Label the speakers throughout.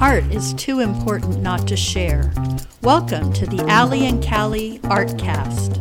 Speaker 1: Art is too important not to share. Welcome to the Alley and Callie Artcast.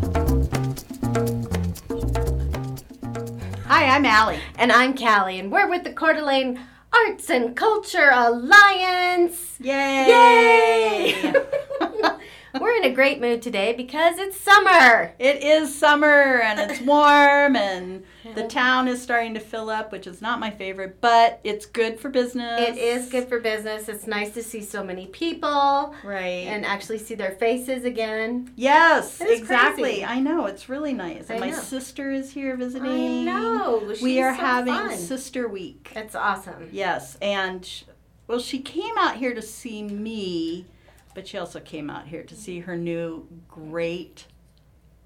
Speaker 1: Hi, I'm Allie.
Speaker 2: And I'm Callie, and we're with the Coeur d'Alene Arts and Culture Alliance.
Speaker 3: Yay!
Speaker 2: we're in a great mood today because it's summer.
Speaker 3: it is summer and it's warm and the town is starting to fill up, which is not my favorite, but it's good for business.
Speaker 2: It is good for business. It's nice to see so many people
Speaker 3: Right.
Speaker 2: and actually see their faces again.
Speaker 3: yes,
Speaker 2: That is
Speaker 3: exactly.
Speaker 2: crazy.
Speaker 3: I know. It's really nice. And
Speaker 2: I
Speaker 3: my
Speaker 2: know.
Speaker 3: sister is here visiting.
Speaker 2: I know. She's
Speaker 3: we are
Speaker 2: so
Speaker 3: having
Speaker 2: fun.
Speaker 3: Sister Week.
Speaker 2: That's awesome.
Speaker 3: Yes, and sh- well, she came out here to see me, but she also came out here to see her new great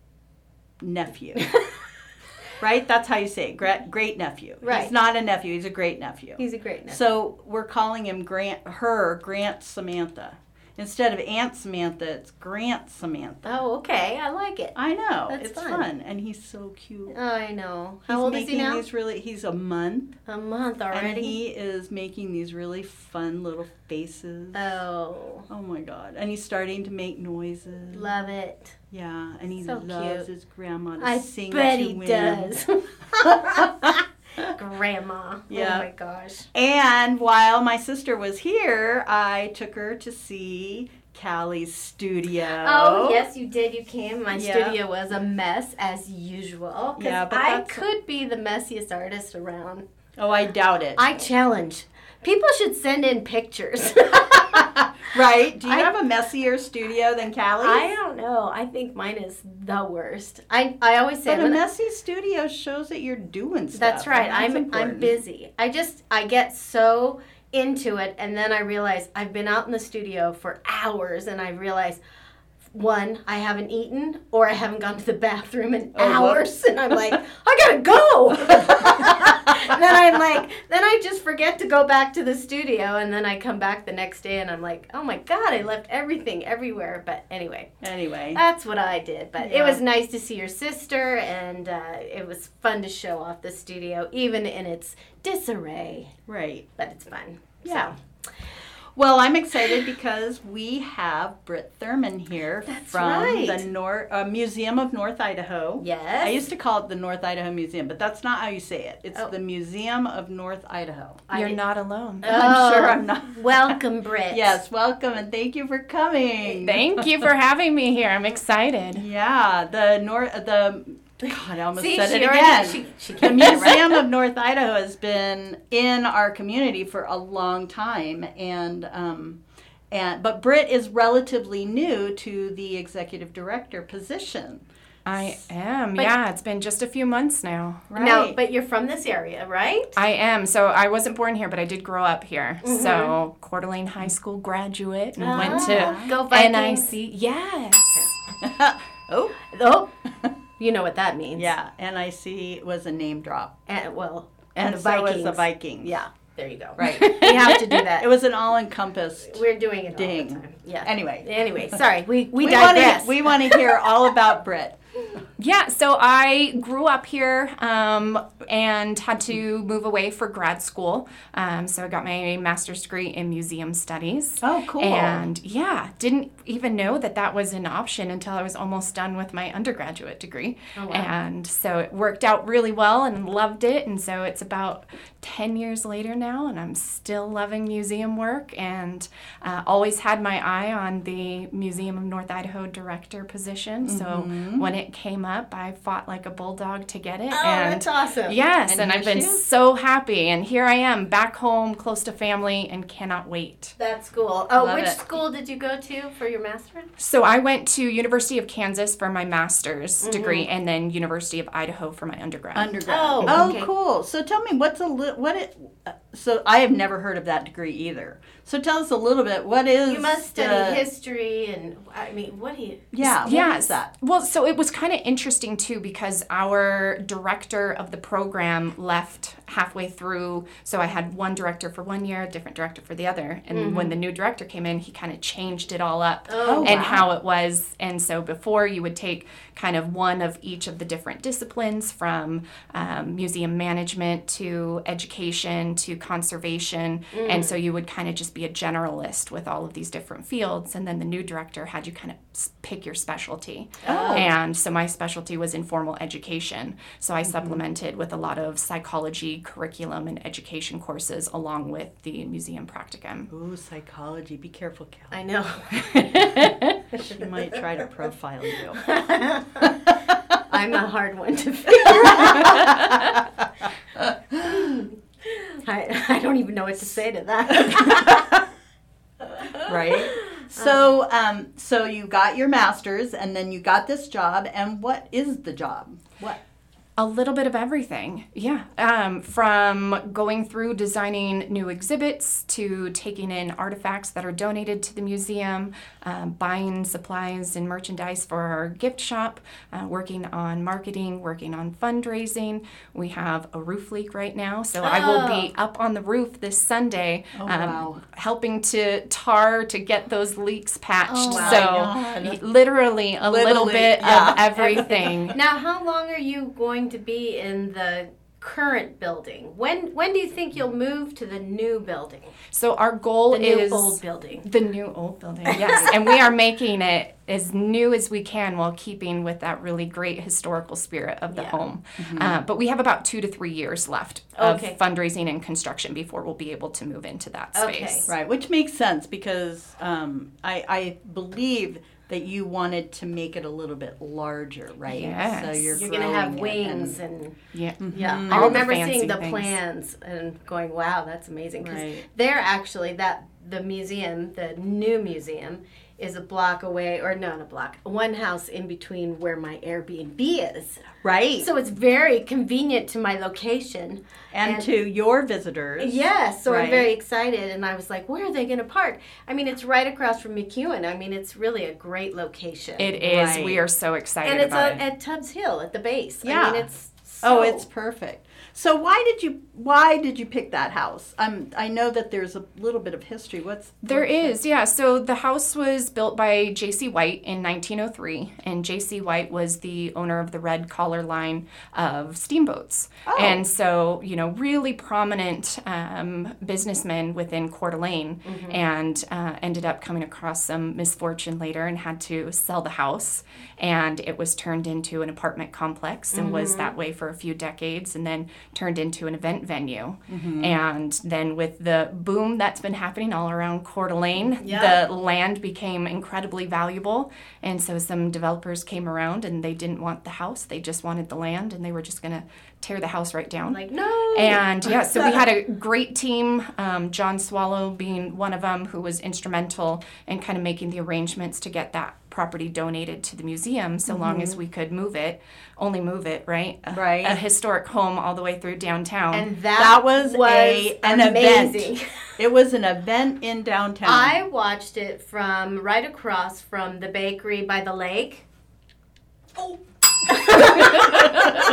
Speaker 3: nephew. right? That's how you say it. Great, great nephew.
Speaker 2: Right.
Speaker 3: He's not a nephew. He's a great nephew.
Speaker 2: He's a great nurse.
Speaker 3: so we're calling him Grant. Her Grant Samantha. Instead of Aunt Samantha, it's Grant Samantha.
Speaker 2: Oh, okay. I like it.
Speaker 3: I know.
Speaker 2: That's
Speaker 3: it's
Speaker 2: fun.
Speaker 3: and he's so cute.
Speaker 2: Oh, I know. How
Speaker 3: he's
Speaker 2: old is
Speaker 3: making
Speaker 2: he now?
Speaker 3: These really. He's a month.
Speaker 2: A month
Speaker 3: And
Speaker 2: already.
Speaker 3: he is making these really fun little faces.
Speaker 2: oh,
Speaker 3: Oh my god. And he's starting to make noises.
Speaker 2: love it.
Speaker 3: Yeah, and he
Speaker 2: So
Speaker 3: loves
Speaker 2: cute.
Speaker 3: his grandma to
Speaker 2: I
Speaker 3: sing
Speaker 2: bet
Speaker 3: to
Speaker 2: he
Speaker 3: him.
Speaker 2: does. Grandma.
Speaker 3: Yeah.
Speaker 2: Oh my gosh.
Speaker 3: And while my sister was here, I took her to see Callie's studio.
Speaker 2: Oh yes, you did. You came. My
Speaker 3: Yeah.
Speaker 2: studio was a mess as usual. 'cause
Speaker 3: Yeah, but
Speaker 2: I
Speaker 3: that's-
Speaker 2: could be the messiest artist around.
Speaker 3: Oh, I doubt it.
Speaker 2: I challenge. People should send in pictures.
Speaker 3: right? Do you
Speaker 2: I-
Speaker 3: have a messier studio than Callie's?
Speaker 2: I don't know. I think mine is the worst. I I always say
Speaker 3: But a
Speaker 2: when-
Speaker 3: messy studio shows that you're doing stuff.
Speaker 2: That's right.
Speaker 3: and
Speaker 2: I'm I'm
Speaker 3: important.
Speaker 2: busy. I just I get so into it and then I realize I've been out in the studio for hours and I realize one, I haven't eaten or I haven't gone to the bathroom in
Speaker 3: Oh,
Speaker 2: hours
Speaker 3: whoops.
Speaker 2: and I'm like, I gotta go And then I'm like then I just forget to go back to the studio and then I come back the next day and I'm like, Oh my god, I left everything everywhere but anyway.
Speaker 3: Anyway.
Speaker 2: That's what I did, but
Speaker 3: Yeah.
Speaker 2: it was nice to see your sister, and uh, it was fun to show off the studio, even in its disarray.
Speaker 3: right.
Speaker 2: But it's fun.
Speaker 3: Yeah. Well, I'm excited because we have Britt Thurman here
Speaker 2: That's
Speaker 3: from
Speaker 2: right.
Speaker 3: the Nor- uh, Museum of North Idaho.
Speaker 2: Yes.
Speaker 3: I used to call it the North Idaho Museum, but that's not how you say it. It's
Speaker 2: Oh.
Speaker 3: the Museum of North Idaho.
Speaker 2: I
Speaker 4: You're
Speaker 2: did-
Speaker 4: not alone.
Speaker 2: Oh,
Speaker 3: I'm sure I'm not.
Speaker 2: Welcome, Britt.
Speaker 3: Yes, welcome and thank you for coming.
Speaker 4: Thank you for having me here. I'm excited.
Speaker 3: Yeah, the North, the God, I almost
Speaker 2: See,
Speaker 3: said
Speaker 2: she
Speaker 3: it
Speaker 2: already
Speaker 3: again.
Speaker 2: she she
Speaker 3: the
Speaker 2: came right.
Speaker 3: Museum of North Idaho has been in our community for a long time, and um, and but Britt is relatively new to the executive director position.
Speaker 4: I am.
Speaker 2: But-
Speaker 4: yeah, it's been just a few months now.
Speaker 3: Right.
Speaker 2: Now, but you're from this area, right?
Speaker 4: I am. So I wasn't born here, but I did grow up here. So Coeur d'Alene High School graduate and
Speaker 3: Mm,
Speaker 4: went to
Speaker 2: Ah, go Vikings.
Speaker 4: NIC. Yes.
Speaker 3: oh,
Speaker 2: Oh, you know what that means.
Speaker 3: yeah, NIC was a name drop,
Speaker 2: And, well,
Speaker 3: and,
Speaker 2: and, the
Speaker 3: so
Speaker 2: Vikings.
Speaker 3: was the Vikings.
Speaker 2: Yeah. There you go.
Speaker 3: Right.
Speaker 2: we have to do that.
Speaker 3: it was an all-encompassed.
Speaker 2: We're doing it all
Speaker 3: Ding.
Speaker 2: the time. Yeah.
Speaker 3: Anyway.
Speaker 2: Anyway, sorry. We we,
Speaker 3: we
Speaker 2: digress.
Speaker 3: Want to, we want to hear all about Britt.
Speaker 4: Yeah, so I grew up here um, and had to move away for grad school. Um, so I got my master's degree in museum studies.
Speaker 3: Oh, cool.
Speaker 4: And yeah, didn't even know that that was an option until I was almost done with my undergraduate degree.
Speaker 3: Oh,
Speaker 4: And so it worked out really well and loved it. And so it's about 10 years later now, and I'm still loving museum work and uh, always had my eye on the Museum of North Idaho director position.
Speaker 3: Mm-hmm.
Speaker 4: So when it came up, I fought like a bulldog to get it.
Speaker 2: oh,
Speaker 4: and
Speaker 2: that's awesome.
Speaker 4: Yes,
Speaker 3: And
Speaker 4: and,
Speaker 3: here
Speaker 4: I've been
Speaker 3: she is.
Speaker 4: so happy. And here I am back home, close to family, and cannot wait.
Speaker 2: That's cool. Oh,
Speaker 3: Love
Speaker 2: which
Speaker 3: it.
Speaker 2: school did you go to for your master's?
Speaker 4: So I went to University of Kansas for my master's degree and then University of Idaho for my undergrad.
Speaker 3: undergrad.
Speaker 2: Oh, okay.
Speaker 3: cool. So tell me, what's a li- what it? uh, So I have never heard of that degree either. So tell us a little bit. What is
Speaker 2: You must study
Speaker 3: the-
Speaker 2: history and I mean, what do you?
Speaker 3: Yeah, uh, what is
Speaker 4: Yes.
Speaker 3: that?
Speaker 4: Well, so it was kind of interesting too because our director of the program left halfway through. So I had one director for one year, a different director for the other. And when the new director came in, he kind of changed it all up
Speaker 2: Oh,
Speaker 4: and
Speaker 2: wow.
Speaker 4: how it was. And so before you would take kind of one of each of the different disciplines from um, museum management to education to conservation. And so you would kind of just be a generalist with all of these different fields. And then the new director had you kind of s- pick your specialty.
Speaker 3: Oh.
Speaker 4: And so my specialty was informal education. So I supplemented with a lot of psychology curriculum and education courses along with the museum practicum.
Speaker 3: Ooh, psychology. Be careful, Kelly.
Speaker 2: I know.
Speaker 3: She might try to profile you.
Speaker 2: I'm a hard one to figure out. I, I don't even know what to say to that.
Speaker 3: right? So, um, so you got your master's, and then you got this job. And what is the job? What?
Speaker 4: A little bit of everything, yeah. Um, from going through designing new exhibits to taking in artifacts that are donated to the museum, um, buying supplies and merchandise for our gift shop, uh, working on marketing, working on fundraising. We have a roof leak right now, so I will be up on the roof this Sunday,
Speaker 3: Oh.
Speaker 4: um,
Speaker 3: wow.
Speaker 4: helping to tar to get those leaks patched.
Speaker 3: my God.
Speaker 4: so, y- literally a little
Speaker 3: Literally,
Speaker 4: bit
Speaker 3: yeah.
Speaker 4: of everything.
Speaker 2: now, how long are you going to be in the current building? When when do you think you'll move to the new building?
Speaker 4: So our goal
Speaker 2: The new
Speaker 4: is
Speaker 2: old building.
Speaker 4: the new old building. Yes, and we are making it as new as we can while keeping with that really great historical spirit of the
Speaker 2: Yeah. Mm-hmm.
Speaker 4: home. Uh, but we have about two to three years left of
Speaker 2: Okay.
Speaker 4: fundraising and construction before we'll be able to move into that
Speaker 2: Okay.
Speaker 4: space.
Speaker 3: Right, which makes sense because um, I, I believe that you wanted to make it a little bit larger, right? So
Speaker 4: Yes.
Speaker 3: you're,
Speaker 2: You're gonna
Speaker 3: growing it
Speaker 2: have
Speaker 3: and-
Speaker 2: wings and
Speaker 4: Yeah.
Speaker 2: Yeah,
Speaker 4: All
Speaker 2: I
Speaker 4: the
Speaker 2: remember
Speaker 4: fancy
Speaker 2: seeing the
Speaker 4: things.
Speaker 2: plans and going, "Wow, that's amazing!" Because
Speaker 3: Right.
Speaker 2: they're actually that the museum, the new museum, is a block away, or no, not a block, one house in between where my Airbnb is.
Speaker 3: right,
Speaker 2: So it's very convenient to my location.
Speaker 3: and,
Speaker 2: and-
Speaker 3: to your visitors.
Speaker 2: Yes, so
Speaker 3: Right.
Speaker 2: I'm very excited, and I was like, "Where are they going to park?" I mean, it's right across from McEwen. I mean, it's really a great location,
Speaker 4: It is.
Speaker 3: Right.
Speaker 4: We are so excited
Speaker 2: and it's
Speaker 4: about
Speaker 2: out
Speaker 4: it.
Speaker 2: at Tubbs Hill at the base.
Speaker 3: Yeah.
Speaker 2: I mean, it's
Speaker 3: Oh,
Speaker 2: so-
Speaker 3: it's perfect. So why did you why did you pick that house? Um, I know that there's a little bit of history. What's
Speaker 4: There is, yeah. So the house was built by J.C. White in 1903, and J.C. White was the owner of the Red Collar line of steamboats. And so, you know, really prominent um, businessman within Coeur d'Alene and uh, ended up coming across some misfortune later and had to sell the house. And it was turned into an apartment complex and was that way for a few decades and then turned into an event venue. And then with the boom that's been happening all around Coeur d'Alene,
Speaker 2: Yeah.
Speaker 4: the land became incredibly valuable. And so some developers came around and they didn't want the house, they just wanted the land and they were just going to tear the house right down.
Speaker 2: like no.
Speaker 4: And yeah, so we had a great team, um, John Swallow being one of them, who was instrumental in kind of making the arrangements to get that property donated to the museum so long as we could move it, only move it, right? A-
Speaker 3: Right.
Speaker 4: A historic home all the way through downtown.
Speaker 2: and that,
Speaker 3: That was, a an
Speaker 2: amazing.
Speaker 3: event. It was an event in downtown.
Speaker 2: I watched it from right across from the bakery by the lake.
Speaker 3: Oh.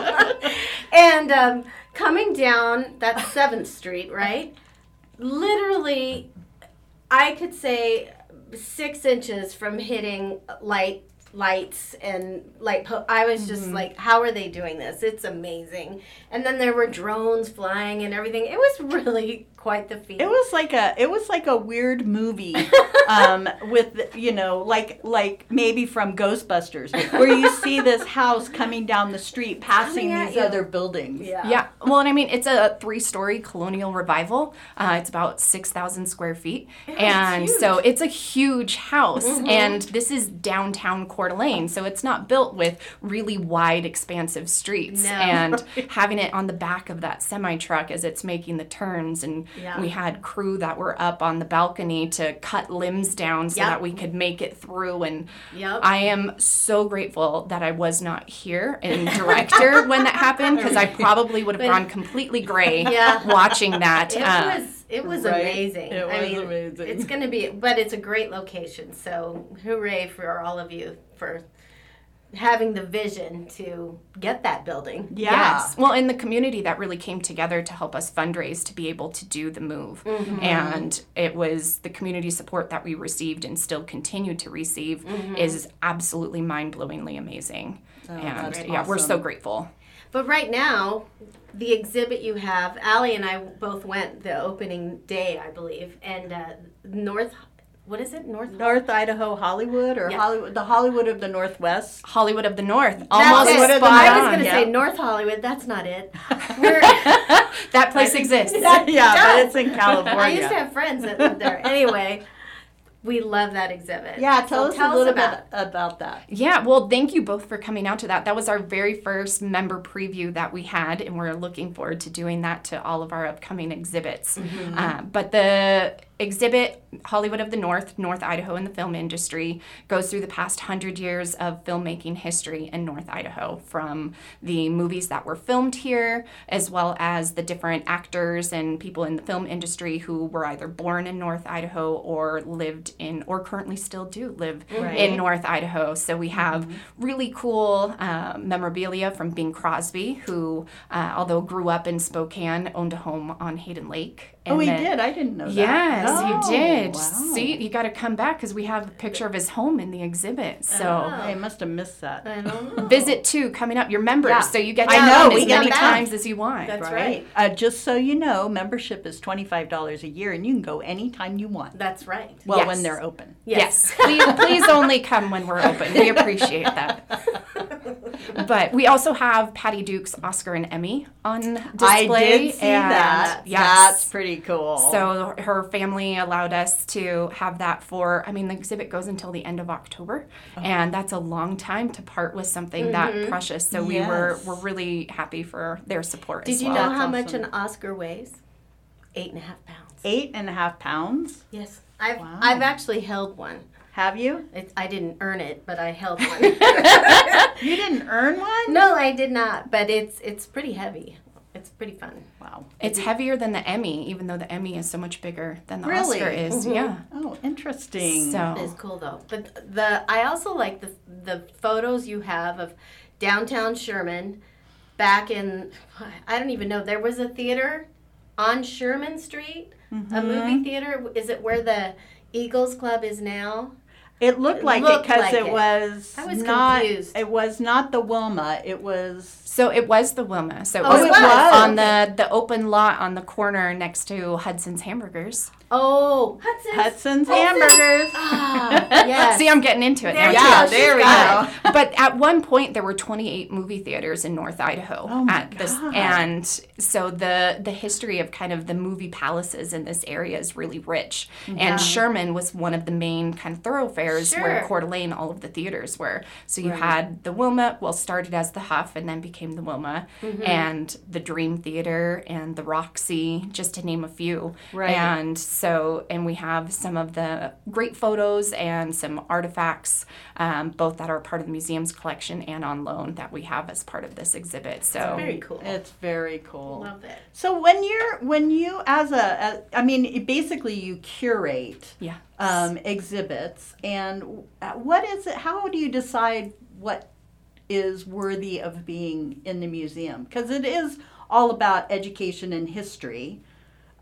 Speaker 2: and um, coming down, that's 7th Street, right? Literally, I could say six inches from hitting light lights and light po- i was just
Speaker 3: Mm-hmm.
Speaker 2: like how are they doing this it's amazing and then there were drones flying and everything it was really quite the feat
Speaker 3: It was like a it was like a weird movie um, with you know like like maybe from Ghostbusters where you see this house coming down the street passing
Speaker 2: Coming at
Speaker 3: these
Speaker 2: you.
Speaker 3: other buildings.
Speaker 4: Yeah. Well, and I mean, it's a three-story colonial revival. Uh, it's about six thousand square feet, and so it's a huge house.
Speaker 2: Mm-hmm.
Speaker 4: And this is downtown Coeur d'Alene, so it's not built with really wide, expansive streets.
Speaker 2: No.
Speaker 4: And having it on the back of that semi truck as it's making the turns, and
Speaker 2: Yeah.
Speaker 4: we had crew that were up on the balcony to cut limbs down so
Speaker 2: Yep.
Speaker 4: that we could make it through. And
Speaker 2: Yep.
Speaker 4: I am so grateful that I was not here and director when that happened because I probably would have gone completely gray
Speaker 2: Yeah.
Speaker 4: watching that.
Speaker 2: It
Speaker 4: Uh,
Speaker 2: was it was
Speaker 3: Right?
Speaker 2: amazing.
Speaker 3: It
Speaker 2: I
Speaker 3: was
Speaker 2: mean,
Speaker 3: amazing.
Speaker 2: It's gonna be, but it's a great location. So hooray for all of you for having the vision to get that building.
Speaker 3: Yeah.
Speaker 4: Yes. Well, in the community that really came together to help us fundraise to be able to do the move.
Speaker 2: Mm-hmm.
Speaker 4: And it was the community support that we received and still continue to receive
Speaker 2: Mm-hmm.
Speaker 4: is absolutely mind-blowingly amazing.
Speaker 2: Oh,
Speaker 4: and
Speaker 3: that's
Speaker 4: yeah, we're so
Speaker 3: awesome.
Speaker 4: grateful.
Speaker 2: But right now, the exhibit you have, Allie and I both went the opening day, I believe, and uh, North, what is it? North?
Speaker 3: North Idaho Hollywood or
Speaker 2: Yeah.
Speaker 3: Hollywood, the Hollywood of the Northwest.
Speaker 4: Hollywood of the North.
Speaker 2: That's
Speaker 4: Almost
Speaker 2: it.
Speaker 3: Hollywood of the
Speaker 2: I
Speaker 4: spot
Speaker 2: was
Speaker 4: on.
Speaker 2: going to say
Speaker 3: yeah.
Speaker 2: North Hollywood. That's not it. We're,
Speaker 4: that place exists.
Speaker 3: yeah,
Speaker 2: does.
Speaker 3: but it's in
Speaker 2: I used to
Speaker 3: California.
Speaker 2: have friends that lived there. Anyway, we love that exhibit.
Speaker 3: Yeah, tell
Speaker 2: So
Speaker 3: us a little
Speaker 2: about
Speaker 3: bit about that.
Speaker 4: Yeah, well, thank you both for coming out to that. That was our very first member preview that we had, and we're looking forward to doing that to all of our upcoming exhibits. Uh, but the exhibit, Hollywood of the North, North Idaho and the Film Industry, goes through the past hundred years of filmmaking history in North Idaho from the movies that were filmed here, as well as the different actors and people in the film industry who were either born in North Idaho or lived in, or currently still do live in
Speaker 3: Right. Mm-hmm.
Speaker 4: in North Idaho. So we have really cool uh, memorabilia from Bing Crosby, who, uh, although grew up in Spokane, owned a home on Hayden Lake.
Speaker 3: oh,
Speaker 4: And
Speaker 3: we
Speaker 4: then-
Speaker 3: did. I didn't know
Speaker 4: Yes,
Speaker 3: that. Oh,
Speaker 4: you did.
Speaker 3: Wow.
Speaker 4: See, you got to come back because we have a picture of his home in the exhibit. So.
Speaker 2: Oh.
Speaker 3: I must have missed that.
Speaker 2: I don't know.
Speaker 4: Visit two coming up. You're members,
Speaker 3: Yeah.
Speaker 4: so you get
Speaker 3: I
Speaker 4: to
Speaker 3: know,
Speaker 4: come
Speaker 3: we
Speaker 4: as
Speaker 3: get
Speaker 4: many
Speaker 2: back.
Speaker 4: times as you want.
Speaker 2: That's right.
Speaker 3: Uh, just so you know, membership is $25 a year and you can go anytime you want.
Speaker 2: That's right.
Speaker 3: Well,
Speaker 4: Yes.
Speaker 3: when they're open.
Speaker 4: Yes. please, please only come when we're open. We appreciate that. But we also have Patty Duke's Oscar and Emmy on display.
Speaker 3: I did see
Speaker 4: and
Speaker 3: that. That's
Speaker 4: Yes.
Speaker 3: pretty cool.
Speaker 4: so her family allowed us to have that for. I mean, the exhibit goes until the end of October,
Speaker 3: Oh.
Speaker 4: and that's a long time to part with something that precious. So we were
Speaker 3: Mm-hmm. Yes.
Speaker 4: we're really happy for their support.
Speaker 2: Did
Speaker 4: as
Speaker 2: you
Speaker 4: well.
Speaker 2: know
Speaker 3: That's
Speaker 2: how much
Speaker 3: awesome.
Speaker 2: an Oscar weighs? Eight and a half pounds.
Speaker 3: eight and a half pounds.
Speaker 2: Yes. I've,
Speaker 3: Wow.
Speaker 2: I've actually held one.
Speaker 3: Have you?
Speaker 2: It, I didn't earn it, but I held one.
Speaker 3: You didn't earn one?
Speaker 2: no, I did not, but it's it's pretty heavy. It's pretty fun.
Speaker 3: Wow.
Speaker 4: It's heavier than the Emmy, even though the Emmy is so much bigger than the
Speaker 3: Really?
Speaker 4: Oscar is. Yeah.
Speaker 3: Oh, interesting.
Speaker 4: So
Speaker 2: It's cool though. But the I also like the the photos you have of downtown Sherman back in I don't even know there was a theater on Sherman Street, a movie
Speaker 4: Mm-hmm.
Speaker 2: theater. Is it where the Eagles Club is now?
Speaker 3: It looked like it
Speaker 2: looked
Speaker 3: because
Speaker 2: like
Speaker 3: it.
Speaker 2: it.
Speaker 3: was
Speaker 2: I was
Speaker 3: not.
Speaker 2: confused.
Speaker 3: It was not the Wilma. It was.
Speaker 4: So it was the Wilma. So it,
Speaker 2: Oh,
Speaker 4: was,
Speaker 2: it was.
Speaker 4: on the the open lot on the corner next to Hudson's Hamburgers.
Speaker 2: Oh, Hudson's.
Speaker 3: Hudson's hamburgers.
Speaker 2: Ah, yes.
Speaker 4: See, I'm getting into it
Speaker 2: There
Speaker 4: now.
Speaker 2: you
Speaker 4: too.
Speaker 2: go. there we
Speaker 3: Uh,
Speaker 4: but at one point there were 28 movie theaters in North Idaho
Speaker 3: Oh my
Speaker 4: at this
Speaker 3: God.
Speaker 4: and so the the history of kind of the movie palaces in this area is really rich and Sherman was one of the main kind of thoroughfares where
Speaker 2: Sure.
Speaker 4: Coeur d'Alene all of the theaters were so you had the Wilma well started as the Huff and then became the Wilma
Speaker 2: Mm-hmm.
Speaker 4: and the Dream Theater and the Roxy just to name a few
Speaker 3: Right.
Speaker 4: and so, and we have some of the great photos and some artifacts, um, both that are part of the museum's collection and on loan that we have as part of this exhibit. So,
Speaker 2: Very cool.
Speaker 3: It's very cool.
Speaker 2: Love it.
Speaker 3: So when you're when you as a, as- I mean it- basically you curate
Speaker 4: yeah.
Speaker 3: um, exhibits and w- uh, what is it? How do you decide what is worthy of being in the museum? Because it is all about education and history.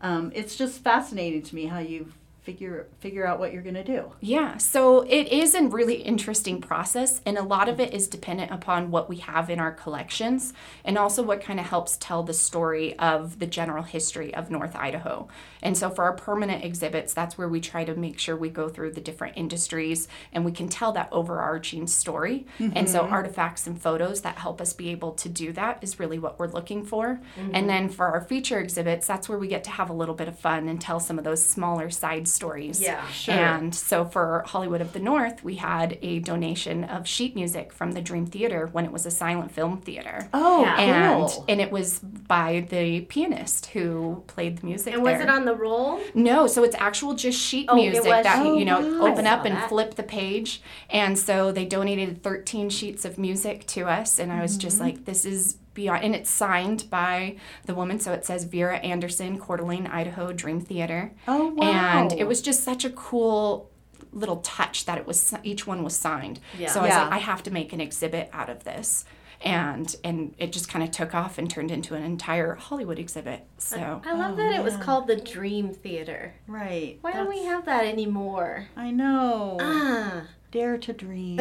Speaker 3: Um, it's just fascinating to me how you figure figure out what you're going to do.
Speaker 4: Yeah, so it is a really interesting process, and a lot of it is dependent upon what we have in our collections and also what kind of helps tell the story of the general history of North Idaho. And so, for our permanent exhibits, that's where we try to make sure we go through the different industries and we can tell that overarching story. And so, artifacts and photos that help us be able to do that is really what we're looking for. And then, for our feature exhibits, that's where we get to have a little bit of fun and tell some of those smaller side stories.
Speaker 2: Yeah,
Speaker 3: sure.
Speaker 4: And so for Hollywood of the North, we had a donation of sheet music from the Dream Theater when it was a silent film theater.
Speaker 3: Oh,
Speaker 2: Yeah.
Speaker 4: And
Speaker 3: cool.
Speaker 4: and it was by the pianist who played the music.
Speaker 2: And was
Speaker 4: there.
Speaker 2: it on the roll?
Speaker 4: No, so it's actual just sheet
Speaker 2: Oh, it
Speaker 4: music
Speaker 2: was
Speaker 4: that
Speaker 2: sheet
Speaker 4: you know
Speaker 2: music.
Speaker 4: open
Speaker 2: I saw
Speaker 4: up and
Speaker 2: that.
Speaker 4: flip the page. And so they donated 13 sheets of music to us, and I was just
Speaker 2: Mm-hmm.
Speaker 4: like, this is beyond. And it's signed by the woman, so it says Vera Anderson, Coeur d'Alene, Idaho Dream Theater.
Speaker 3: Oh, wow.
Speaker 4: And it was just such a cool little touch that it was each one was signed.
Speaker 2: Yeah.
Speaker 4: So I was
Speaker 3: Yeah.
Speaker 4: like, I have to make an exhibit out of this. And and it just kind of took off and turned into an entire Hollywood exhibit.
Speaker 2: Uh,
Speaker 4: So
Speaker 2: I love that it was called the Dream Theater.
Speaker 3: Right.
Speaker 2: Why don't we
Speaker 3: That's-
Speaker 2: have that anymore?
Speaker 3: I know.
Speaker 2: Ah.
Speaker 3: Dare to dream.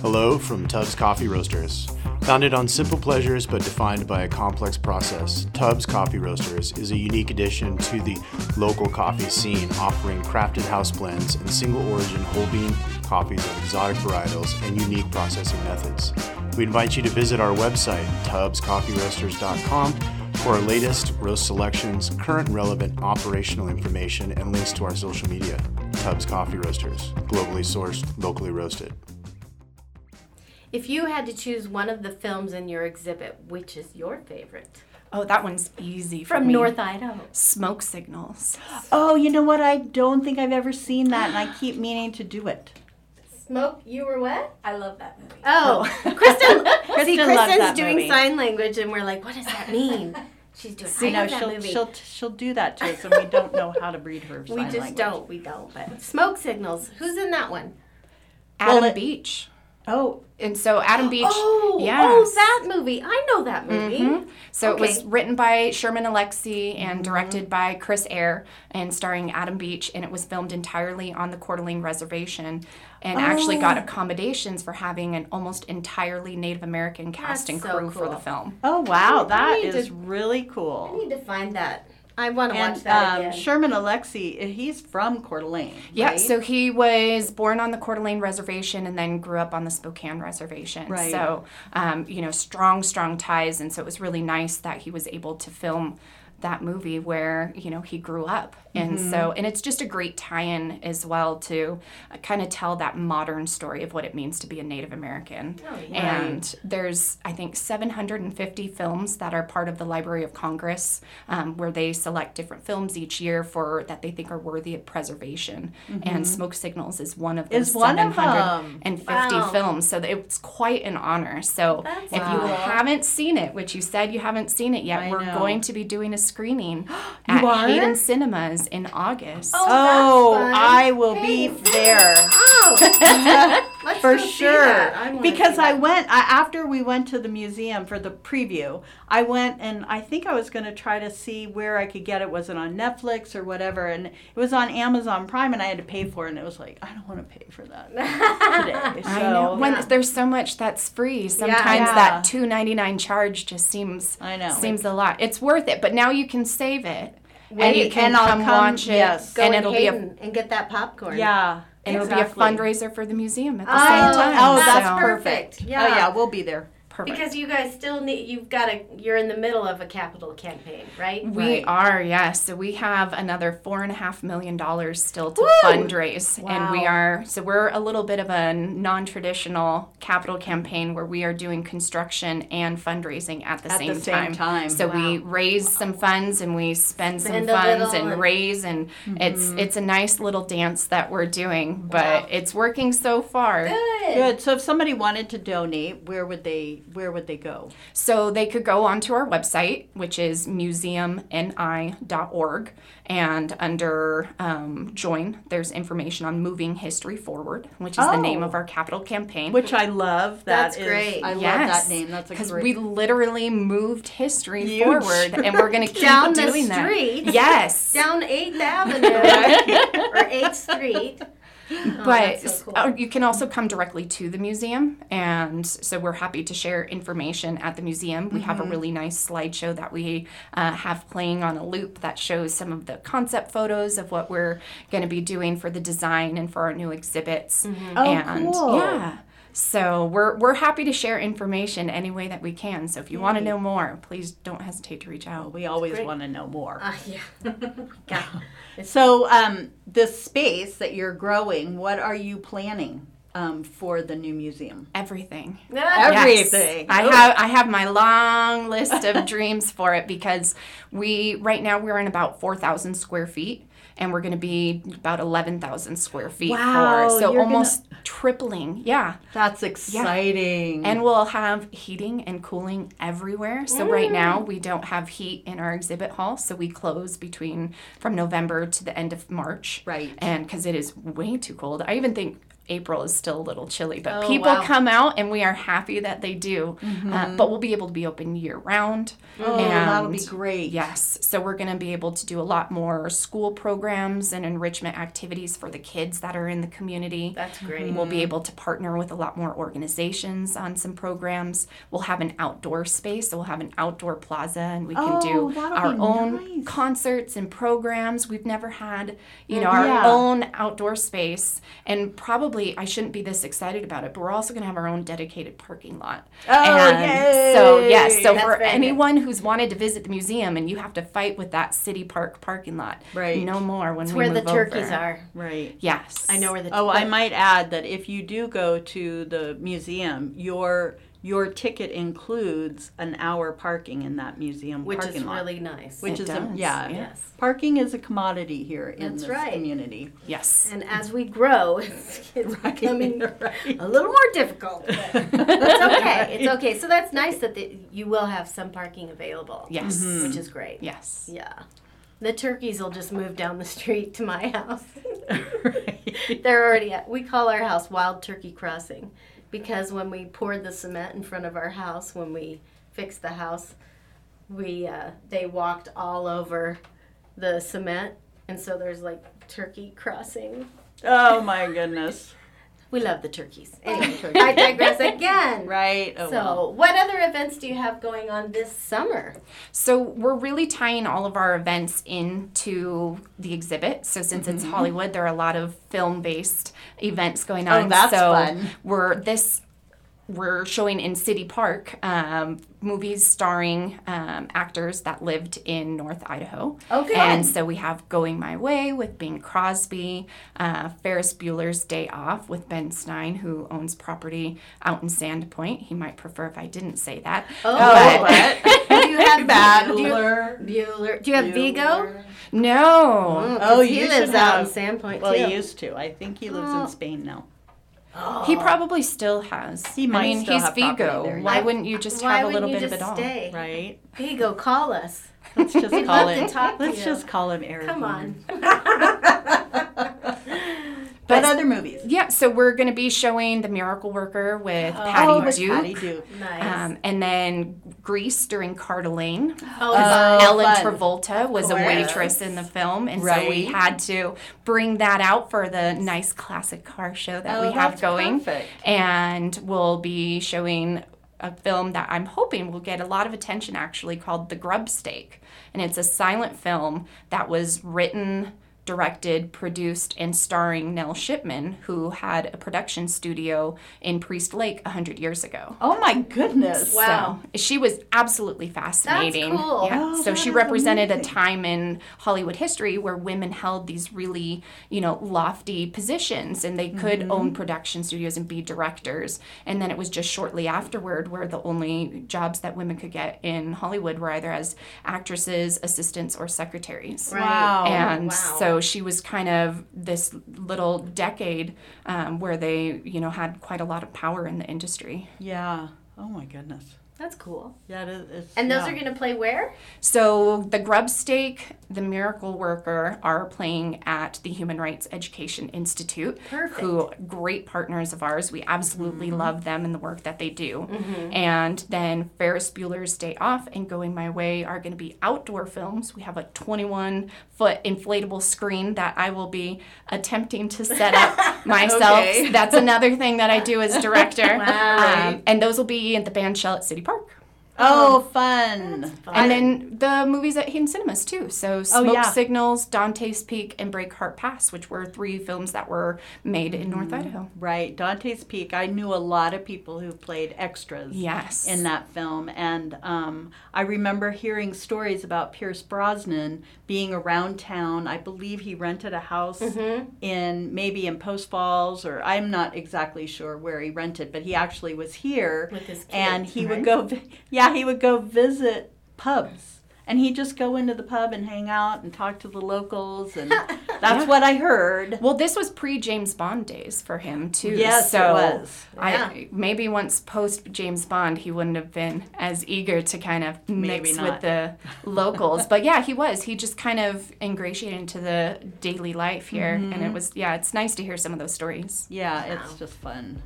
Speaker 5: Hello from Tubbs Coffee Roasters. Founded on simple pleasures but defined by a complex process, Tubbs Coffee Roasters is a unique addition to the local coffee scene, offering crafted house blends and single origin whole bean coffees of exotic varietals and unique processing methods. We invite you to visit our website, tubbscoffeeroasters.com, for our latest roast selections, current relevant operational information, and links to our social media. Tubbs Coffee Roasters, globally sourced, locally roasted.
Speaker 2: If you had to choose one of the films in your exhibit, which is your favorite?
Speaker 4: oh that one's easy for
Speaker 2: From
Speaker 4: me.
Speaker 2: North Idaho.
Speaker 4: smoke signals.
Speaker 3: oh, you know what? I don't think I've ever seen that, and I keep meaning to do it.
Speaker 2: Smoke, you were what?
Speaker 6: I love that movie.
Speaker 2: Oh, Kristen. See,
Speaker 3: Kristen loves
Speaker 2: Kristen's
Speaker 3: that
Speaker 2: doing
Speaker 3: movie.
Speaker 2: sign language, and we're like, what does that mean? She's doing.
Speaker 3: See,
Speaker 2: I
Speaker 3: no,
Speaker 2: love that
Speaker 3: she'll
Speaker 2: movie.
Speaker 3: she'll she'll do that to us, and we don't know how to read her.
Speaker 2: we just don't. We don't. But smoke signals. Who's in that one?
Speaker 4: Adam
Speaker 3: it-
Speaker 4: Beach.
Speaker 3: Oh,
Speaker 4: And so Adam Beach
Speaker 2: Oh,
Speaker 4: yes.
Speaker 2: oh, that movie. I know that movie.
Speaker 3: Mm-hmm.
Speaker 4: So it was
Speaker 2: Okay. Mm-hmm.
Speaker 4: written by Sherman Alexie and directed by Chris Eyre and starring Adam Beach, and it was filmed entirely on the Coeur d'Alene Reservation and actually got
Speaker 2: Oh.
Speaker 4: accommodations for having an almost entirely Native American cast
Speaker 2: That's
Speaker 4: and
Speaker 2: so
Speaker 4: crew for the
Speaker 2: cool.
Speaker 4: film.
Speaker 3: oh, wow, that
Speaker 2: need to-
Speaker 3: is really
Speaker 2: I
Speaker 3: cool.
Speaker 2: need to find that. I want to watch
Speaker 3: And
Speaker 2: that
Speaker 3: um,
Speaker 2: again.
Speaker 3: Sherman Alexi, he's from Coeur d'Alene.
Speaker 4: Yeah,
Speaker 3: right?
Speaker 4: so he was born on the Coeur d'Alene Reservation and then grew up on the Spokane Reservation.
Speaker 3: Right.
Speaker 4: So, um, you know, strong, strong ties. And so it was really nice that he was able to film that movie where, you know, he grew up. And
Speaker 3: Mm-hmm.
Speaker 4: so, and it's just a great tie in as well to kind of tell that modern story of what it means to be a Native American.
Speaker 3: Oh,
Speaker 4: And there's, I think, 750 films that are part of the Library of Congress um, where they select different films each year for that they think are worthy of preservation. And Smoke Signals is one of those
Speaker 3: Mm-hmm. Is one of
Speaker 4: 750
Speaker 2: Wow.
Speaker 4: films. So that it's quite an honor. So
Speaker 2: That's
Speaker 4: if
Speaker 2: cool.
Speaker 4: you haven't seen it, which you said you haven't seen it yet,
Speaker 3: I
Speaker 4: we're
Speaker 3: know.
Speaker 4: going to be doing a screening at
Speaker 3: are?
Speaker 4: Hayden Cinemas in August.
Speaker 2: Oh,
Speaker 3: Oh,
Speaker 2: that's fun.
Speaker 3: I will be
Speaker 2: Hey.
Speaker 3: there.
Speaker 2: Oh, let's
Speaker 3: for
Speaker 2: go see
Speaker 3: sure
Speaker 2: that. I wanna
Speaker 3: because
Speaker 2: see
Speaker 3: i
Speaker 2: that.
Speaker 3: went I, after we went to the museum for the preview i went and i think i was going to try to see where i could get it was it on netflix or whatever and it was on amazon prime and i had to pay for it and it was like i don't want to pay for that today so
Speaker 4: I know. When there's so much that's free, sometimes
Speaker 3: Yeah.
Speaker 4: that two ninety nine charge just seems
Speaker 3: I know.
Speaker 4: seems a lot. It's worth it, but now you can save it
Speaker 3: Wait,
Speaker 4: and you can
Speaker 3: and I'll
Speaker 4: come,
Speaker 3: come-
Speaker 4: watch it,
Speaker 3: yes.
Speaker 2: Go
Speaker 4: and
Speaker 2: with
Speaker 4: it'll be a
Speaker 2: Hayden and get that popcorn.
Speaker 3: yeah
Speaker 4: and it'll be a
Speaker 3: exactly.
Speaker 4: fundraiser for the museum at the
Speaker 2: Oh,
Speaker 4: same time.
Speaker 3: oh
Speaker 4: so-
Speaker 3: that's
Speaker 2: So-
Speaker 3: perfect
Speaker 2: Yeah.
Speaker 3: oh yeah we'll be there
Speaker 4: perfect.
Speaker 2: Because you guys still need. You've got a. You're in the middle of a capital campaign, right?
Speaker 4: we are, yes. So we have another four and a half million dollars still to fundraise, and we are. So we're a little bit of a non-traditional capital campaign where we are doing construction and fundraising at the,
Speaker 3: At the
Speaker 4: same,
Speaker 3: same
Speaker 4: time.
Speaker 3: time.
Speaker 4: So we raise some funds and we spend some
Speaker 2: Spend a
Speaker 4: funds
Speaker 2: little
Speaker 4: and,
Speaker 2: and-
Speaker 4: raise, and it's it's a nice little dance that we're doing, but it's working so far.
Speaker 3: good so if somebody wanted to donate where would they where would they go
Speaker 4: So they could go onto our website, which is museumni.org, and under um, join, there's information on moving history forward, which is the name
Speaker 3: Oh.
Speaker 4: of our capital campaign.
Speaker 3: which i love
Speaker 2: That's
Speaker 3: That is-
Speaker 2: great.
Speaker 3: i love that name that's a
Speaker 4: because
Speaker 3: great
Speaker 4: we literally moved history
Speaker 3: Huge.
Speaker 4: forward, and we're going to keep
Speaker 2: Down the
Speaker 4: doing
Speaker 2: street.
Speaker 4: that. Yes,
Speaker 2: Down Eighth Avenue or Eighth Street. Oh,
Speaker 4: but
Speaker 2: that's so cool.
Speaker 4: uh, you can also come directly to the museum and so we're happy to share information at the museum we have a
Speaker 2: Mm-hmm.
Speaker 4: really nice slideshow that we uh, have playing on a loop that shows some of the concept photos of what we're going to be doing for the design and for our new exhibits
Speaker 2: Mm-hmm.
Speaker 3: Oh,
Speaker 4: and
Speaker 3: cool.
Speaker 4: yeah so we're, we're happy to share information any way that we can so if you want to know more please don't hesitate to reach out
Speaker 3: we always want to know more
Speaker 2: Ah, yeah.
Speaker 3: So, um, this space that you're growing, what are you planning? um, for the new museum?
Speaker 4: Everything.
Speaker 2: Yeah.
Speaker 4: Yes.
Speaker 3: Everything. Oh.
Speaker 4: I
Speaker 3: Ooh.
Speaker 4: have I have my long list of dreams for it because we right now we're in about four thousand square feet and we're going to be about eleven thousand square feet
Speaker 3: Wow,
Speaker 4: for so
Speaker 3: you're gonna-
Speaker 4: almost tripling. Yeah,
Speaker 3: That's exciting.
Speaker 4: and we'll have heating and cooling everywhere. So right
Speaker 3: Mm.
Speaker 4: now we don't have heat in our exhibit hall, so we close between from November to the end of March.
Speaker 3: Right.
Speaker 4: and because it is way too cold, I even think. April is still a little chilly, but
Speaker 2: Oh,
Speaker 4: people
Speaker 2: wow.
Speaker 4: come out and we are happy that they do. Uh, but we'll be able to be open year round.
Speaker 3: Mm-hmm. oh, that'll be
Speaker 4: and-
Speaker 3: great.
Speaker 4: Yes. So we're going to be able to do a lot more school programs and enrichment activities for the kids that are in the community.
Speaker 2: That's great.
Speaker 4: And We'll be able to partner with a lot more organizations on some programs. We'll have an outdoor space, so we'll have an outdoor plaza, and we can
Speaker 3: Oh,
Speaker 4: do
Speaker 3: that'll
Speaker 4: our
Speaker 3: be
Speaker 4: own
Speaker 3: nice.
Speaker 4: concerts and programs. We've never had, you know,
Speaker 2: Oh,
Speaker 4: our
Speaker 3: Yeah.
Speaker 4: own outdoor space. And probably I shouldn't be this excited about it, but we're also going to have our own dedicated parking lot.
Speaker 3: Oh,
Speaker 4: and so yes,
Speaker 3: yay.
Speaker 4: so
Speaker 2: That's
Speaker 4: for
Speaker 2: very good.
Speaker 4: anyone who's wanted to visit the museum and you have to fight with that city park parking lot,
Speaker 3: Right.
Speaker 4: No more when
Speaker 2: It's
Speaker 4: we
Speaker 2: where the
Speaker 4: move
Speaker 2: turkeys
Speaker 4: over.
Speaker 2: are.
Speaker 3: Right.
Speaker 4: Yes,
Speaker 2: I know where the
Speaker 3: Oh, I might add that if you do go to the museum, your your ticket includes an hour parking in that museum
Speaker 2: which
Speaker 3: parking
Speaker 2: is
Speaker 3: lot.
Speaker 2: really nice.
Speaker 3: which
Speaker 4: It
Speaker 3: is A,
Speaker 4: does,
Speaker 3: yeah,
Speaker 2: yes.
Speaker 3: Parking is a commodity here in
Speaker 2: That's
Speaker 3: this
Speaker 2: right.
Speaker 3: community.
Speaker 4: Yes.
Speaker 2: And as we grow, it's, it's becoming
Speaker 3: right.
Speaker 2: a little more difficult. But it's okay. It's okay. So that's nice that the, you will have some parking available.
Speaker 4: Yes. Mm-hmm.
Speaker 2: Which is great.
Speaker 4: Yes.
Speaker 2: Yeah. The turkeys will just move down the street to my house. They're already at, we call our house Wild Turkey Crossing because when we poured the cement in front of our house, when we fixed the house, we uh, they walked all over the cement, and so there's like turkey crossing.
Speaker 3: Oh my goodness.
Speaker 2: We love the turkeys. Anyway, I digress again.
Speaker 3: Right. Oh, well.
Speaker 2: So, what other events do you have going on this summer?
Speaker 4: So we're really tying all of our events into the exhibit. So since it's Hollywood, there are a lot of film-based events going on.
Speaker 3: that's
Speaker 4: so
Speaker 3: fun.
Speaker 4: we're this we're showing in City Park um, movies starring um, actors that lived in North Idaho.
Speaker 2: Okay.
Speaker 4: And so we have Going My Way with Bing Crosby, uh, Ferris Bueller's Day Off with Ben Stein, who owns property out in Sandpoint. He might prefer if I didn't say that.
Speaker 2: Oh,
Speaker 4: But-
Speaker 2: do you have
Speaker 3: Bad
Speaker 2: do you-
Speaker 3: Bueller.
Speaker 2: Bueller? Do you have Vigo?
Speaker 4: No.
Speaker 3: Oh,
Speaker 2: he
Speaker 3: you
Speaker 2: lives
Speaker 3: should
Speaker 2: out in
Speaker 3: have-
Speaker 2: Sandpoint
Speaker 3: Well,
Speaker 2: too.
Speaker 3: he used to. I think he lives
Speaker 2: Oh.
Speaker 3: in Spain now.
Speaker 4: He probably still has.
Speaker 3: He might
Speaker 4: I mean,
Speaker 3: still
Speaker 4: he's
Speaker 3: have property
Speaker 4: Vigo.
Speaker 3: there,
Speaker 4: Why
Speaker 3: yeah.
Speaker 4: wouldn't you just
Speaker 2: Why
Speaker 4: have a
Speaker 2: wouldn't
Speaker 4: little
Speaker 2: you
Speaker 4: bit of
Speaker 2: just
Speaker 4: it all?
Speaker 2: stay?
Speaker 3: Right.
Speaker 2: Vigo, call us.
Speaker 3: Let's just call
Speaker 2: love
Speaker 3: him.
Speaker 2: to talk to
Speaker 3: let's
Speaker 2: you.
Speaker 3: just call him Eric.
Speaker 4: Mm-hmm.
Speaker 2: Come
Speaker 3: Horn.
Speaker 2: on.
Speaker 3: What
Speaker 4: But-
Speaker 3: other movies?
Speaker 4: Yeah, so we're going to be showing The Miracle Worker with Patty
Speaker 3: oh, with
Speaker 4: Duke.
Speaker 3: Patty Duke.
Speaker 2: Nice.
Speaker 4: Um, and then Grease during Cardellane.
Speaker 2: oh,
Speaker 3: uh, Oh,
Speaker 4: Ellen
Speaker 3: fun.
Speaker 4: Travolta was a
Speaker 2: course.
Speaker 4: waitress in the film, and so we
Speaker 3: Right.
Speaker 4: had to bring that out for the nice classic car show that
Speaker 3: Oh,
Speaker 4: we have
Speaker 3: that's
Speaker 4: going.
Speaker 3: perfect.
Speaker 4: And we'll be showing a film that I'm hoping will get a lot of attention actually called The Grub Stake. And it's a silent film that was written, directed, produced, and starring Nell Shipman, who had a production studio in Priest Lake 100 years ago.
Speaker 3: Oh my goodness.
Speaker 2: Wow.
Speaker 4: So she was absolutely fascinating.
Speaker 2: cool.
Speaker 4: Yeah.
Speaker 3: Oh,
Speaker 4: so
Speaker 3: that
Speaker 4: she
Speaker 3: is
Speaker 4: represented
Speaker 3: amazing.
Speaker 4: a time in Hollywood history where women held these really, you know, lofty positions and they could
Speaker 3: Mm-hmm.
Speaker 4: own production studios and be directors. And then it was just shortly afterward where the only jobs that women could get in Hollywood were either as actresses, assistants, or secretaries.
Speaker 2: Right.
Speaker 3: Wow.
Speaker 4: And
Speaker 2: Oh, wow.
Speaker 4: so she was kind of this little decade um, where they, you know, had quite a lot of power in the industry.
Speaker 3: Yeah. Oh my goodness.
Speaker 2: That's cool.
Speaker 3: Yeah, it is. it's-
Speaker 2: And those
Speaker 3: yeah.
Speaker 2: are going to play where?
Speaker 4: So the Grub Stake, the Miracle Worker are playing at the Human Rights Education Institute,
Speaker 2: Perfect. Mm-hmm.
Speaker 4: who great partners of ours. We absolutely love them and the work that they do. And then Ferris Bueller's Day Off and Going My Way are going to be outdoor films. We have a 21 foot inflatable screen that I will be attempting to set up myself.
Speaker 3: Okay.
Speaker 4: That's another thing that I do as director.
Speaker 2: Wow.
Speaker 4: Um, and those will be at the band shell at City Park.
Speaker 3: Oh, fun.
Speaker 4: And then the movies at Hayden Cinemas too. So Smoke
Speaker 3: Oh, yeah.
Speaker 4: Signals, Dante's Peak, and Breakheart Pass, which were three films that were made in North
Speaker 3: Mm-hmm.
Speaker 4: Idaho.
Speaker 3: Right, Dante's Peak. I knew a lot of people who played extras
Speaker 4: Yes.
Speaker 3: in that film. And um, I remember hearing stories about Pierce Brosnan being around town. I believe he rented a house
Speaker 2: Mm-hmm.
Speaker 3: in maybe in Post Falls, or I'm not exactly sure where he rented, but he actually was here.
Speaker 2: With his
Speaker 3: and
Speaker 2: kids,
Speaker 3: he
Speaker 2: right?
Speaker 3: would go, vi- yeah, he would go visit pubs. And he'd just go into the pub and hang out and talk to the locals. And that's what I heard.
Speaker 4: Well, this was pre James Bond days for him too.
Speaker 3: Yes, it
Speaker 4: so
Speaker 3: was.
Speaker 2: Yeah.
Speaker 4: I maybe once post James Bond, he wouldn't have been as eager to kind of
Speaker 3: Maybe
Speaker 4: mix
Speaker 3: not.
Speaker 4: with the locals. but yeah, he was. He just kind of ingratiated into the daily life here, and
Speaker 3: Mm-hmm.
Speaker 4: it was yeah. It's nice to hear some of those stories.
Speaker 3: Yeah, it's just fun.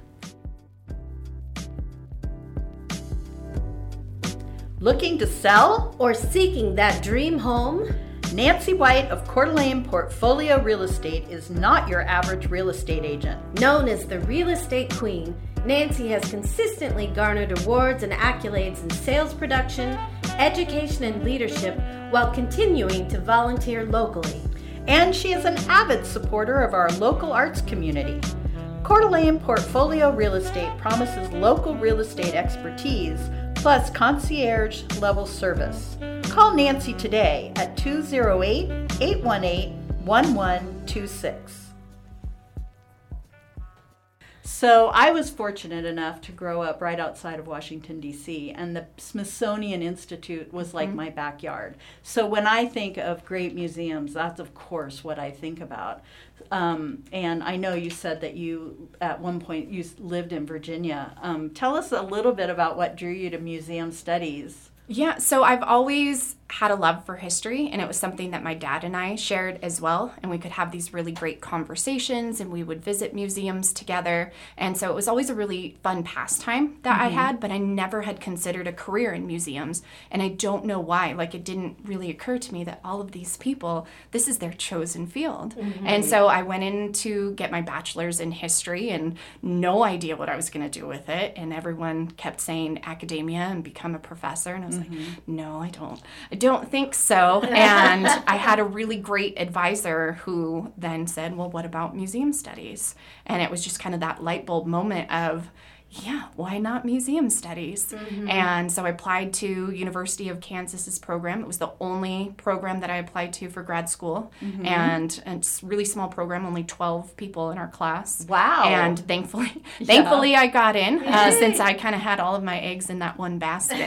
Speaker 3: Looking to sell?
Speaker 2: Or seeking that dream home?
Speaker 3: Nancy White of Coeur d'Alene Portfolio Real Estate is not your average real estate agent.
Speaker 2: Known as the real estate queen, Nancy has consistently garnered awards and accolades in sales production, education, and leadership while continuing to volunteer locally.
Speaker 3: And she is an avid supporter of our local arts community. Coeur d'Alene Portfolio Real Estate promises local real estate expertise plus concierge level service. Call Nancy today at 208 818 1126. So I was fortunate enough to grow up right outside of Washington D.C. and the Smithsonian Institute was like my backyard. So when I think of great museums, that's of course what I think about. Um, and I know you said that you at one point you s- lived in Virginia. Um, tell us a little bit about what drew you to museum studies.
Speaker 4: Yeah, so I've always had a love for history, and it was something that my dad and I shared as well. And we could have these really great conversations, and we would visit museums together. And so it was always a really fun pastime that I had, but I never had considered a career in museums. And I don't know why. Like, it didn't really occur to me that all of these people, this is their chosen field. And so I went in to get my bachelor's in history and no idea what I was going to do with it. And everyone kept saying academia and become a professor. And I was like, no, I don't. I don't think so. And I had a really great advisor who then said, well, what about museum studies? And it was just kind of that light bulb moment of, yeah, why not museum studies? And so I applied to University of Kansas's program. It was the only program that I applied to for grad school, and, and it's a really small program, only twelve people in our class.
Speaker 3: Wow.
Speaker 4: And thankfully, thankfully I got in uh, since I kind of had all of my eggs in that one basket.